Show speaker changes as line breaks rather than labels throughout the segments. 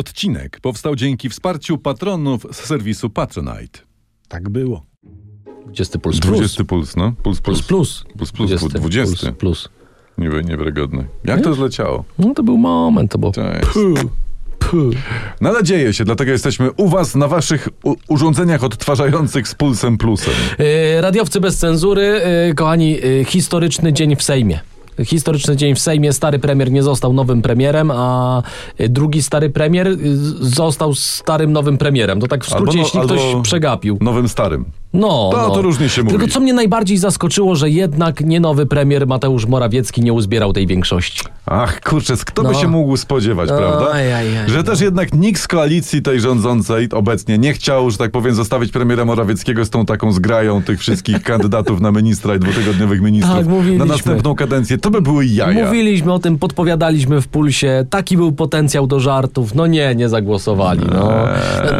Odcinek powstał dzięki wsparciu patronów z serwisu Patronite.
Tak było.
20 puls
20 puls, no? Puls,
plus.
puls, Plus,
Puls plus.
plus, plus, 20.
Puls plus.
Niby niewiarygodne. Jak to zleciało?
No to był moment, to było...
Cześć.
Puh, puh.
No ale dzieje się, dlatego jesteśmy u was na waszych u- urządzeniach odtwarzających z pulsem plusem.
E, Radiowcy bez cenzury, e, kochani, e, historyczny dzień w Sejmie. Historyczny dzień w Sejmie. Stary premier nie został nowym premierem, a e, drugi stary premier e, z- został starym nowym premierem. To tak w skrócie,
Albo no-
jeśli
albo-
ktoś przegapił.
Nowym starym.
No,
To-
no.
to różnie się
Tylko
mówi.
co mnie najbardziej zaskoczyło, że jednak nie nowy premier Mateusz Morawiecki nie uzbierał tej większości.
Ach, kurczę, z- kto by
No.
się mógł spodziewać,
No,
prawda?
aj, aj, aj,
że
no.
też jednak nikt z koalicji tej rządzącej obecnie nie chciał, że tak powiem, zostawić premiera Morawieckiego z tą taką zgrają tych wszystkich kandydatów na ministra i dwutygodniowych ministrów
Tak, mówiliśmy.
na następną kadencję. To by były jaja.
Mówiliśmy o tym, podpowiadaliśmy w pulsie, taki był potencjał do żartów. No nie, nie zagłosowali. No.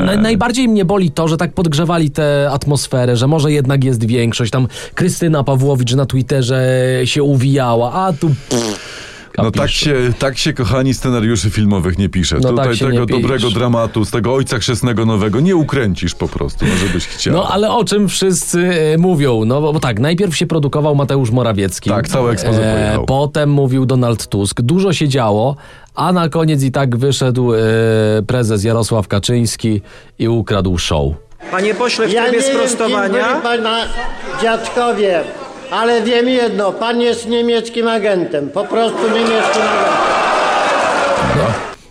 Na, najbardziej mnie boli to, że tak podgrzewali tę atmosferę, że może jednak jest większość. Tam Krystyna Pawłowicz na Twitterze się uwijała, a tu. Pff,
No tak
kapisz.
się, tak się, kochani, scenariuszy filmowych nie pisze.
No
Tutaj
tak się
tego
nie pisze.
dobrego dramatu, z tego ojca chrzestnego nowego nie ukręcisz po prostu, no żebyś chciał.
No ale o czym wszyscy e, mówią? No bo, bo tak, najpierw się produkował Mateusz Morawiecki. E,
Tak, całe exposé pojechał.
Potem mówił Donald Tusk. Dużo się działo, a na koniec i tak wyszedł e, prezes Jarosław Kaczyński i ukradł show.
Panie pośle, w
Ja nie
trybie
wiem, kim
sprostowania.
byli pana dziadkowie, ale wiem jedno, pan jest niemieckim agentem, po prostu niemieckim agentem.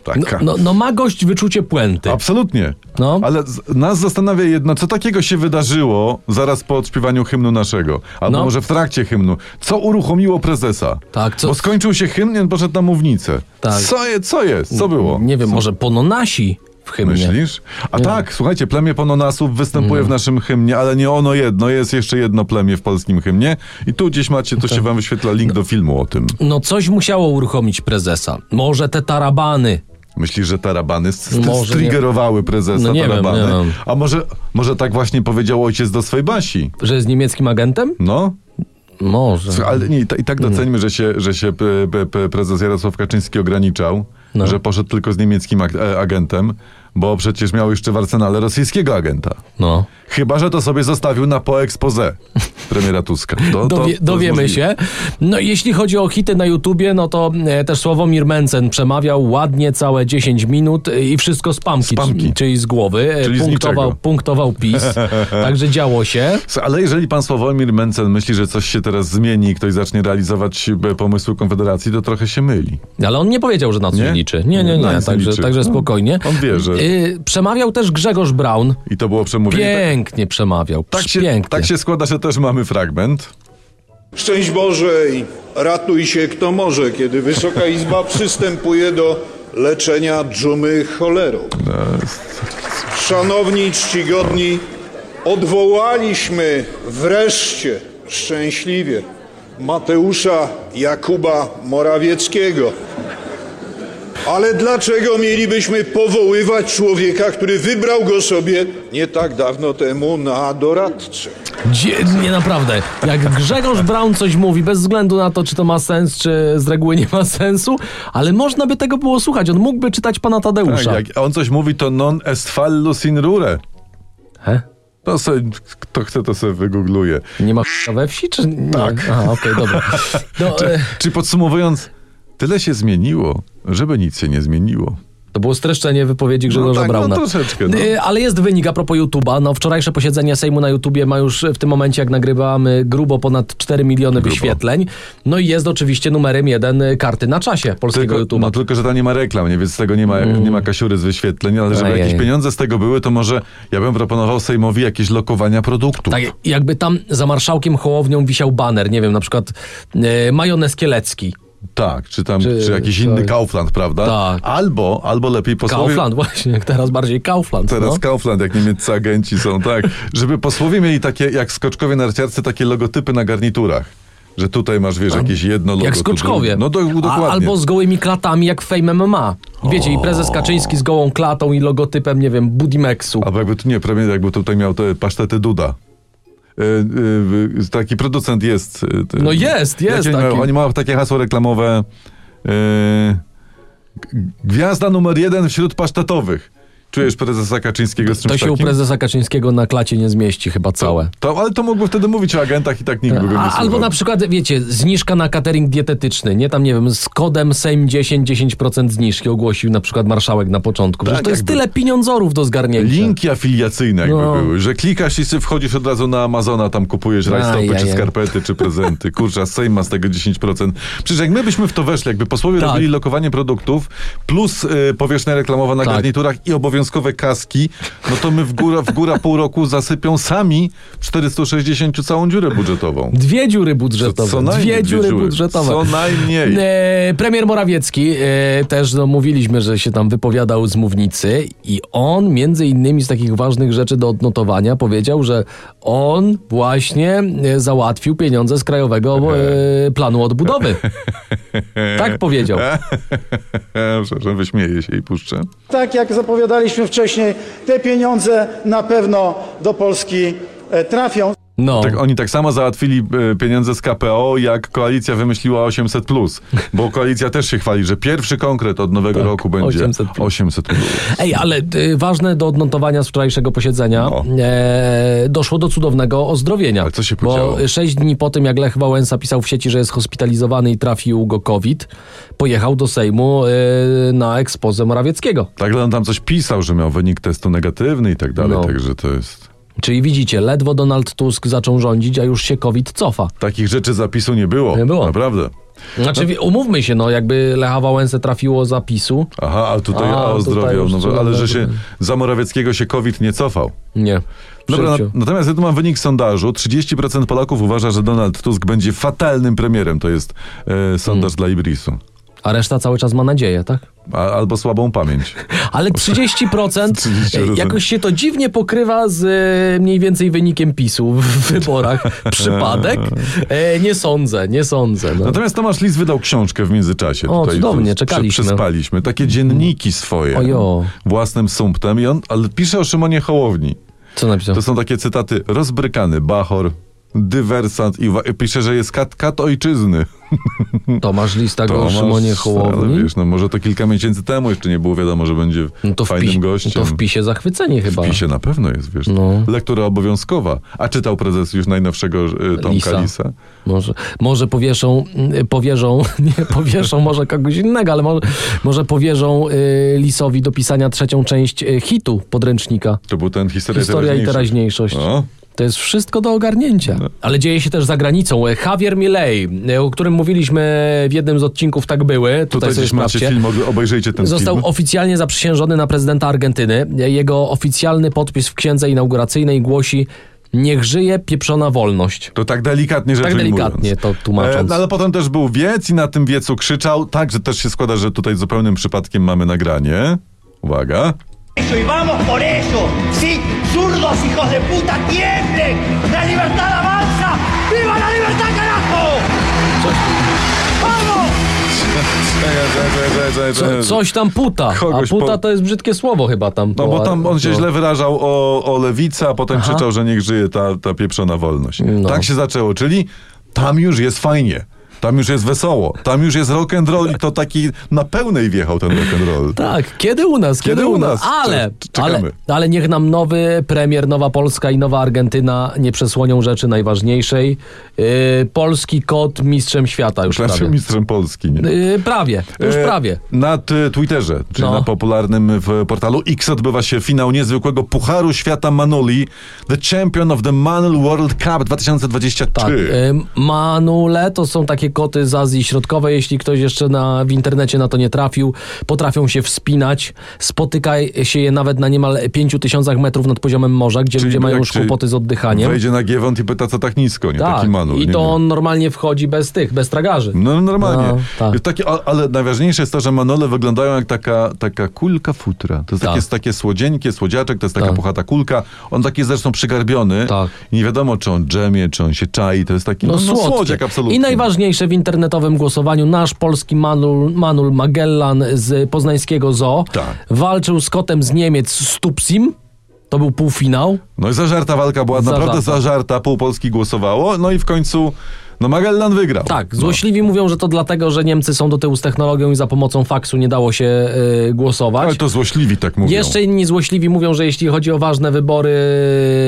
Taka.
No, no, no ma gość wyczucie puenty.
Absolutnie.
No.
Ale z, nas zastanawia jedno, co takiego się wydarzyło zaraz po odśpiewaniu hymnu naszego. Albo
No.
może w trakcie hymnu. Co uruchomiło prezesa?
Tak, co-
Bo skończył się hymn i on poszedł na mównicę.
Tak.
Co, je, co jest? Co było?
Nie wiem, może pono nasi w hymnie.
Myślisz? A tak, słuchajcie, plemię pononasów występuje w naszym hymnie, ale nie ono jedno, jest jeszcze jedno plemię w polskim hymnie. I tu gdzieś macie, to
Tak.
się wam wyświetla link do filmu o tym.
No coś musiało uruchomić prezesa. Może te tarabany.
Myślisz, że tarabany st- st-
Może
striggerowały prezesa
No nie wiem,
tarabany?
nie wiem.
A może, może tak właśnie powiedział ojciec do swej Basi?
Że jest niemieckim agentem?
No,
Może.
Słuchaj, ale nie, i ta- i tak doceńmy, że się, że się p, p, p, prezes Jarosław Kaczyński ograniczał,
No.
że poszedł tylko z niemieckim ag- e, agentem, bo przecież miał jeszcze w arsenale rosyjskiego agenta.
No.
Chyba, że to sobie zostawił na po expose premiera Tuska. no To, to- to
Dowie,
jest
dowiemy
możliwe.
się. No jeśli chodzi o hity na YouTubie, no to e, też Sławomir Mencen przemawiał ładnie całe 10 minut e, i wszystko z
Z
pamki,
pamki.
c- czyli z głowy. E,
Czyli z
punktował,
niczego.
punktował PiS, także działo się.
S- Ale jeżeli pan Sławomir Mencen myśli, że coś się teraz zmieni i ktoś zacznie realizować e, pomysły Konfederacji, to trochę się myli.
Ale on nie powiedział, że na coś
Nie?
liczy. Nie, nie,
Na
nie,
nic nie
także,
liczy. No.
także spokojnie.
On wie, że-
Y, przemawiał też Grzegorz Braun.
I to było przemówienie.
Pięknie przemawiał.
Tak, tak, się,
Pięknie.
tak się składa, że też mamy fragment.
Szczęść Boże i ratuj się kto może, kiedy Wysoka Izba przystępuje do leczenia dżumy cholerą.
E,
Szanowni, czcigodni, odwołaliśmy wreszcie szczęśliwie Mateusza Jakuba Morawieckiego. Ale dlaczego mielibyśmy powoływać człowieka, który wybrał go sobie nie tak dawno temu na doradcę?
Dzie- nie, naprawdę. Jak Grzegorz Braun coś mówi, bez względu na to, czy to ma sens, czy z reguły nie ma sensu, ale można by tego było słuchać. On mógłby czytać pana
Tak,
Tadeusza.
jak on coś mówi, to non est fallus in rure.
He?
To se, kto chce, to sobie wygoogluje.
Nie ma k***a we wsi, czy nie? Tak. Aha, okej, dobra. No, e,
Czy podsumowując, tyle się zmieniło, żeby nic się nie zmieniło.
To było streszczenie wypowiedzi Grzegorza
tak, no
Brauna.
troszeczkę, no.
Y, Ale jest wynik a propos YouTube'a. No, wczorajsze posiedzenie Sejmu na YouTubie ma już w tym momencie, jak nagrywamy, grubo ponad 4 miliony wyświetleń. No i jest oczywiście numerem jeden y, karty na czasie polskiego
Tylko,
YouTube'a.
no tylko, że ta nie ma reklam, nie? więc z tego nie ma,
Mm.
nie ma kasiury z wyświetleń, ale żeby
Ojej.
jakieś pieniądze z tego były, to może ja bym proponował Sejmowi jakieś lokowania produktów.
Tak, jakby tam za marszałkiem Hołownią wisiał baner, nie wiem, na przykład y, majonez kielecki.
Tak, czy tam,
Czy-
czy, jakiś
tak.
inny Kaufland, prawda?
Tak.
Albo, albo lepiej posłowie...
Kaufland, właśnie, jak teraz bardziej Kaufland.
Teraz
no.
Kaufland, jak niemieccy agenci są, tak. Żeby posłowie mieli takie, jak skoczkowie narciarce, takie logotypy na garniturach. Że tutaj masz, wiesz, jakieś jedno logo.
Jak
tu
skoczkowie.
drugie. No do, dokładnie.
A, albo z gołymi klatami, jak Fame MMA. I Wiecie, i prezes Kaczyński z gołą klatą i logotypem, nie wiem, Budimexu.
Albo jakby tu nie, premier jakby tutaj miał te pasztety Duda. Y, y, y, taki producent jest. y, ty-
No jest, jest
Jakie oni
taki.
mają- Oni mają takie hasło reklamowe. y, E, Gwiazda numer jeden wśród pasztetowych. Czujesz prezesa Kaczyńskiego z czymś
To się u
takim?
prezesa Kaczyńskiego na klacie nie zmieści chyba całe.
To, ale to mógłby wtedy mówić o agentach i tak nikt by go nie
A,
słuchał.
albo na przykład, wiecie, zniżka na catering dietetyczny, nie? Tam, nie wiem, z kodem SEM10 10% zniżki ogłosił na przykład marszałek na początku. Przecież
Tak,
to jest
jakby-
tyle pieniądzorów do zgarnięcia.
Linki afiliacyjne jakby
No.
były, że klikasz i sobie wchodzisz od razu na Amazona, tam kupujesz
Aj,
rajstopy,
aj,
czy
aj.
skarpety, czy prezenty. Kurczę, a Sejm ma z tego 10%. Przecież jak my byśmy w to weszli, jakby posłowie
Tak.
robili lokowanie produktów, plus y, powierzchnia reklamowa na
Tak.
garniturach i obowiązkowe kaski, no to my w góra, w góra pół roku zasypią sami 460 całą dziurę budżetową.
Dwie dziury budżetowe.
Co najmniej
dwie dziury budżetowe.
Co najmniej.
E, premier Morawiecki, e, też no, mówiliśmy, że się tam wypowiadał z mównicy i on między innymi z takich ważnych rzeczy do odnotowania powiedział, że on właśnie e, załatwił pieniądze z Krajowego e, Planu Odbudowy. Tak powiedział.
E, Przepraszam, wyśmieję się i puszczę.
Tak jak zapowiadaliśmy wcześniej, te pieniądze na pewno do Polski e, trafią.
No.
Tak, oni tak samo załatwili e, pieniądze z KPO, jak koalicja wymyśliła 800, plus, bo koalicja też się chwali, że pierwszy konkret od nowego
Tak,
roku będzie
800+.
800. Plus.
Ej, ale y, ważne do odnotowania z wczorajszego posiedzenia
No.
e, doszło do cudownego ozdrowienia.
Ale co się
Bo
podziało?
sześć dni po tym, jak Lech Wałęsa pisał w sieci, że jest hospitalizowany i trafił go COVID, pojechał do Sejmu y, na ekspozę Morawieckiego.
Tak, ale on tam coś pisał, że miał wynik testu negatywny i tak dalej,
No.
także to jest...
Czyli widzicie, ledwo Donald Tusk zaczął rządzić, a już się COVID cofa.
Takich rzeczy zapisu nie było.
Nie było.
Naprawdę.
Znaczy, wi- umówmy się, no jakby Lecha Wałęsę trafiło zapisu.
Aha, a tutaj
A,
a, o
tutaj
zdrowiu,
już
no, ale
cudowne
że się
tutaj.
za Morawieckiego się COVID nie cofał.
Nie. W
Dobra, no-
życiu.
na, natomiast ja tu mam wynik sondażu. 30% Polaków uważa, że Donald Tusk będzie fatalnym premierem. To jest e,
Hmm.
sondaż dla Ibrisu.
A reszta cały czas ma nadzieję, tak?
A, albo słabą pamięć.
Ale 30%,
30%.
jakoś się to dziwnie pokrywa z e, mniej więcej wynikiem PiSu w wyborach.
Tak.
Przypadek? E, nie sądzę, nie sądzę. No.
Natomiast Tomasz Lis wydał książkę w międzyczasie.
O, cudownie, czekaliśmy.
Przy, przyspaliśmy. Takie dzienniki swoje.
Ojo.
Własnym sumptem. I on ale pisze o Szymonie Hołowni.
Co napisał?
To są takie cytaty. Rozbrykany Bachor, dywersant i wa- pisze, że jest kat, kat ojczyzny.
Tomasz Lista go o
Tomasz,
Szymonie
Ale
Hołowni.
wiesz, no może to kilka miesięcy temu jeszcze nie było wiadomo, że będzie
No to, w
fajnym
pi-
gościem.
to w PiSie zachwycenie chyba.
W PiSie na pewno jest, wiesz.
No.
Lektura obowiązkowa. A czytał prezes już najnowszego y, Tomka
Lisa.
Lisa.
Może, może powieszą, mm, powierzą, nie powierzą może kogoś innego, ale może, może powierzą y, Lisowi do pisania trzecią część y, hitu podręcznika.
To był ten historia,
Historia i teraźniejszość.
O.
To jest wszystko do ogarnięcia.
No.
Ale dzieje się też za granicą. E, Javier Milei, e, o którym mówiliśmy w jednym z odcinków, tak były. Tutaj,
Tutaj
sobie
gdzieś macie
sprawdźcie.
film, ob- obejrzyjcie ten
Został
film.
oficjalnie zaprzysiężony na prezydenta Argentyny. E, Jego oficjalny podpis w księdze inauguracyjnej głosi Niech żyje pieprzona wolność.
To tak delikatnie rzecz
Tak delikatnie
ujmując.
to tłumacząc.
E, ale potem też był wiec i na tym wiecu krzyczał. Tak, że też się składa, że tutaj zupełnym przypadkiem mamy nagranie. Uwaga.
Eso, y vamos por eso. Sí, zurdos hijos de puta, tiemblen. La libertad avanza. ¡Viva la libertad, carajo! ¡Vamos!
Co, coś tam puta. A
Ehm, Kogoś
puta
po-
to jest brzydkie słowo chyba tam.
No bo
po-
tam on się
no.
źle wyrażał o, o lewicy, a potem
Aha.
krzyczał, że niech żyje ta, ta pieprzona wolność.
No.
Tak się zaczęło, czyli tam już jest fajnie. Tam już jest wesoło, tam już jest rock and roll i to taki na pełnej wjechał ten rock and roll.
Tak, kiedy u nas, kiedy, u nas. Ale,
Cze- czekamy.
ale, ale niech nam nowy premier, nowa Polska i nowa Argentyna nie przesłonią rzeczy najważniejszej. Yy, polski kot mistrzem świata już
Klasie
prawie.
mistrzem Polski, nie?
Yy, prawie, już
Znaczy E,
prawie.
Na t- Twitterze, czyli
No.
na popularnym w portalu X odbywa się finał niezwykłego Pucharu Świata Manuli, The Champion of the Manul World Cup 2023.
Tak. Yy, manule to są takie koty z Azji Środkowej, jeśli ktoś jeszcze na, w internecie na to nie trafił. Potrafią się wspinać, spotyka się je nawet na niemal 5000 metrów nad poziomem morza, gdzie
Czyli
ludzie mają
jak
już
się
kłopoty z oddychaniem.
Wejdzie na Giewont i pyta, co tak nisko, nie? Taki Manul.
I
nie
to
wiem.
on normalnie wchodzi bez tych, bez tragarzy.
No normalnie.
No, tak.
Jest takie, a- ale najważniejsze jest to, że manole wyglądają jak taka, taka kulka futra. To jest
Tak.
takie, takie słodzieńkie, słodziaczek, to jest taka
Tak.
puchata kulka. On taki jest zresztą przygarbiony.
Tak.
I nie wiadomo, czy on drzemie, czy on się czai. To jest taki no,
No,
no,
słodkie.
słodziak absolutnie.
I najważniejsze w internetowym głosowaniu nasz polski Manul, Manul Magellan z poznańskiego zoo
Tak.
walczył z kotem z Niemiec Stupsim. To był półfinał.
No i zażarta walka była,
Zażarta.
naprawdę zażarta. Pół Polski głosowało. No i w końcu No Magellan wygrał. No,
Tak, złośliwi mówią, że to dlatego, że Niemcy są do tyłu z technologią i za pomocą faksu nie dało się y, głosować.
Ale to złośliwi tak mówią.
Jeszcze inni złośliwi mówią, że jeśli chodzi o ważne wybory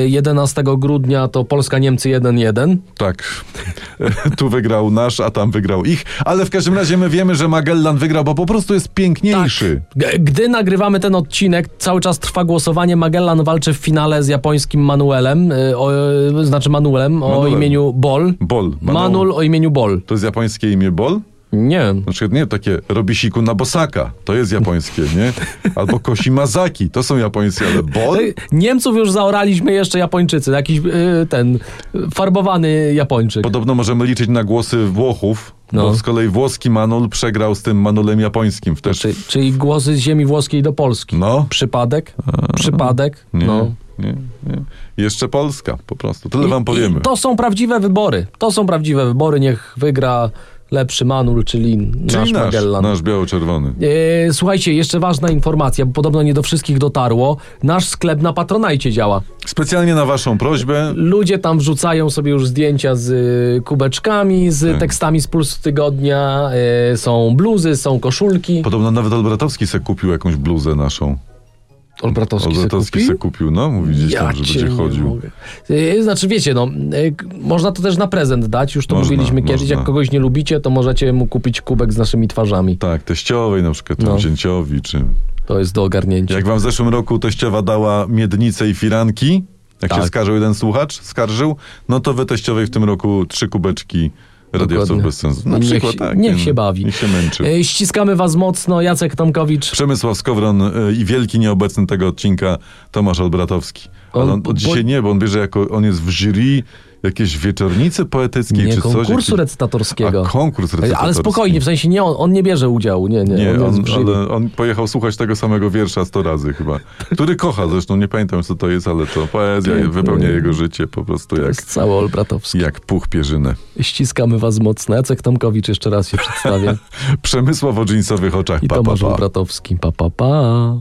11 grudnia, to Polska-Niemcy 1-1.
Tak. tu wygrał nasz, a tam wygrał ich. Ale w każdym razie my wiemy, że Magellan wygrał, bo po prostu jest piękniejszy.
G- Gdy nagrywamy ten odcinek, cały czas trwa głosowanie. Magellan walczy w finale z japońskim Manuelem, y, o, y, znaczy Manuelem, o
Manuelem.
imieniu Bol.
Bol. Manu-
Manul o imieniu Bol.
To jest japońskie imię Bol?
Nie.
Na przykład nie, takie Robisiku Nabosaka, to jest japońskie, nie? Albo Koshimazaki, to są japońskie, ale Bol?
Y, Niemców już zaoraliśmy jeszcze Japończycy. Jakiś y, ten y, farbowany Japończyk.
Podobno możemy liczyć na głosy Włochów, bo
No.
z kolei włoski Manul przegrał z tym Manulem japońskim. Też...
Czy, czyli głosy z ziemi włoskiej do Polski.
No.
Przypadek? Przypadek?
Nie,
No.
nie, nie. Jeszcze Polska, po prostu. Tyle wam powiemy.
I to są prawdziwe wybory. To są prawdziwe wybory. Niech wygra lepszy Manul, czyli, nasz
Czyli nasz, No
Magellan.
nasz biało-czerwony.
E, słuchajcie, jeszcze ważna informacja, bo podobno nie do wszystkich dotarło. Nasz sklep na Patronajcie działa.
Specjalnie na waszą prośbę
Ludzie tam wrzucają sobie już zdjęcia z y, kubeczkami, z
Tak.
tekstami z Pulsu Tygodnia. y, są bluzy, są koszulki.
Podobno nawet Olbratowski se kupił jakąś bluzę naszą.
Olbratowski,
Olbratowski
se
se
kupi?
kupił, no, mówi gdzieś tam, że
cię
będzie
nie
chodził.
mogę. Y, Znaczy, wiecie, no, y, k- można to też na prezent dać, już to
Można,
mówiliśmy kiedyś.
można.
Jak kogoś nie lubicie, to możecie mu kupić kubek z naszymi twarzami.
Tak, teściowej na przykład, tam
No.
zięciowi, czy...
To jest do ogarnięcia.
Jak wam w zeszłym roku teściowa dała miednicę i firanki, jak się
Tak.
skarżył jeden słuchacz, skarżył, no to wy teściowej w tym roku trzy kubeczki radiowców
Dokładnie.
bez sensu. Na
niech,
przykład
się-
tak.
Niech
nie
się
no,
bawi.
Niech się męczy.
Y, Ściskamy was mocno, Jacek Tomkowicz.
Przemysław Skowron y, i wielki nieobecny tego odcinka Tomasz Olbratowski. Ale on,
On-
on
bo-
dzisiaj nie, bo on wie, że jako on jest w jury jakiejś wieczornicy poetyckiej
Nie
czy coś.
konkursu
jakiś-
recytatorskiego. E,
A konkurs recytatorski.
Ale spokojnie, w sensie nie on, on nie bierze udziału. Nie, nie,
Nie,
on, jest
on,
brzydki.
ale on pojechał słuchać tego samego wiersza 100 razy chyba, który kocha zresztą, nie pamiętam co to jest, ale to poezja i wypełnia jego życie po prostu
To
jak,
jest cały Olbratowski.
jak puch pierzynę.
Ściskamy was mocno. Jacek Tomkowicz, jeszcze raz się przedstawię.
Przemysław o dżinsowych oczach,
I
pa, pa,
Tomasz
pa.
Bratowski. Pa, pa, pa.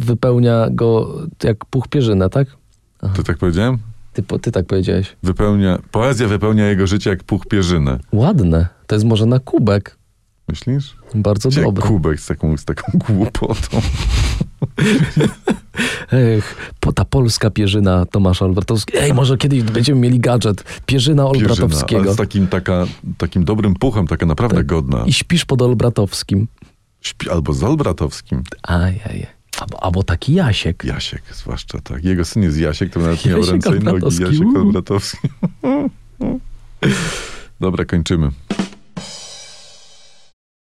Wypełnia go jak puch pierzyna, tak?
To tak powiedziałem?
Ty, po- ty tak powiedziałeś.
Wypełnia, poezja wypełnia jego życie jak puch pierzynę.
Ładne. To jest może na kubek.
Myślisz?
Bardzo
Gdzie
dobre.
kubek z taką, z taką głupotą.
Ech, po, ta polska pierzyna Tomasza Olbratowskiego. Ej, może kiedyś będziemy mieli gadżet. Pierzyna
Pierzyna, ale tak-
Olbratowskiego.
z takim, taka, takim dobrym puchem, taka naprawdę godna.
I śpisz pod Olbratowskim.
Śpi, albo z Olbratowskim.
Ajaj. Albo, albo taki Jasiek.
Jasiek zwłaszcza, tak. Jego syn jest Jasiek, to nawet miał
Jasiek
ręce i nogi.
Olbratowski,
Jasiek
uuu.
Olbratowski. Dobra, kończymy.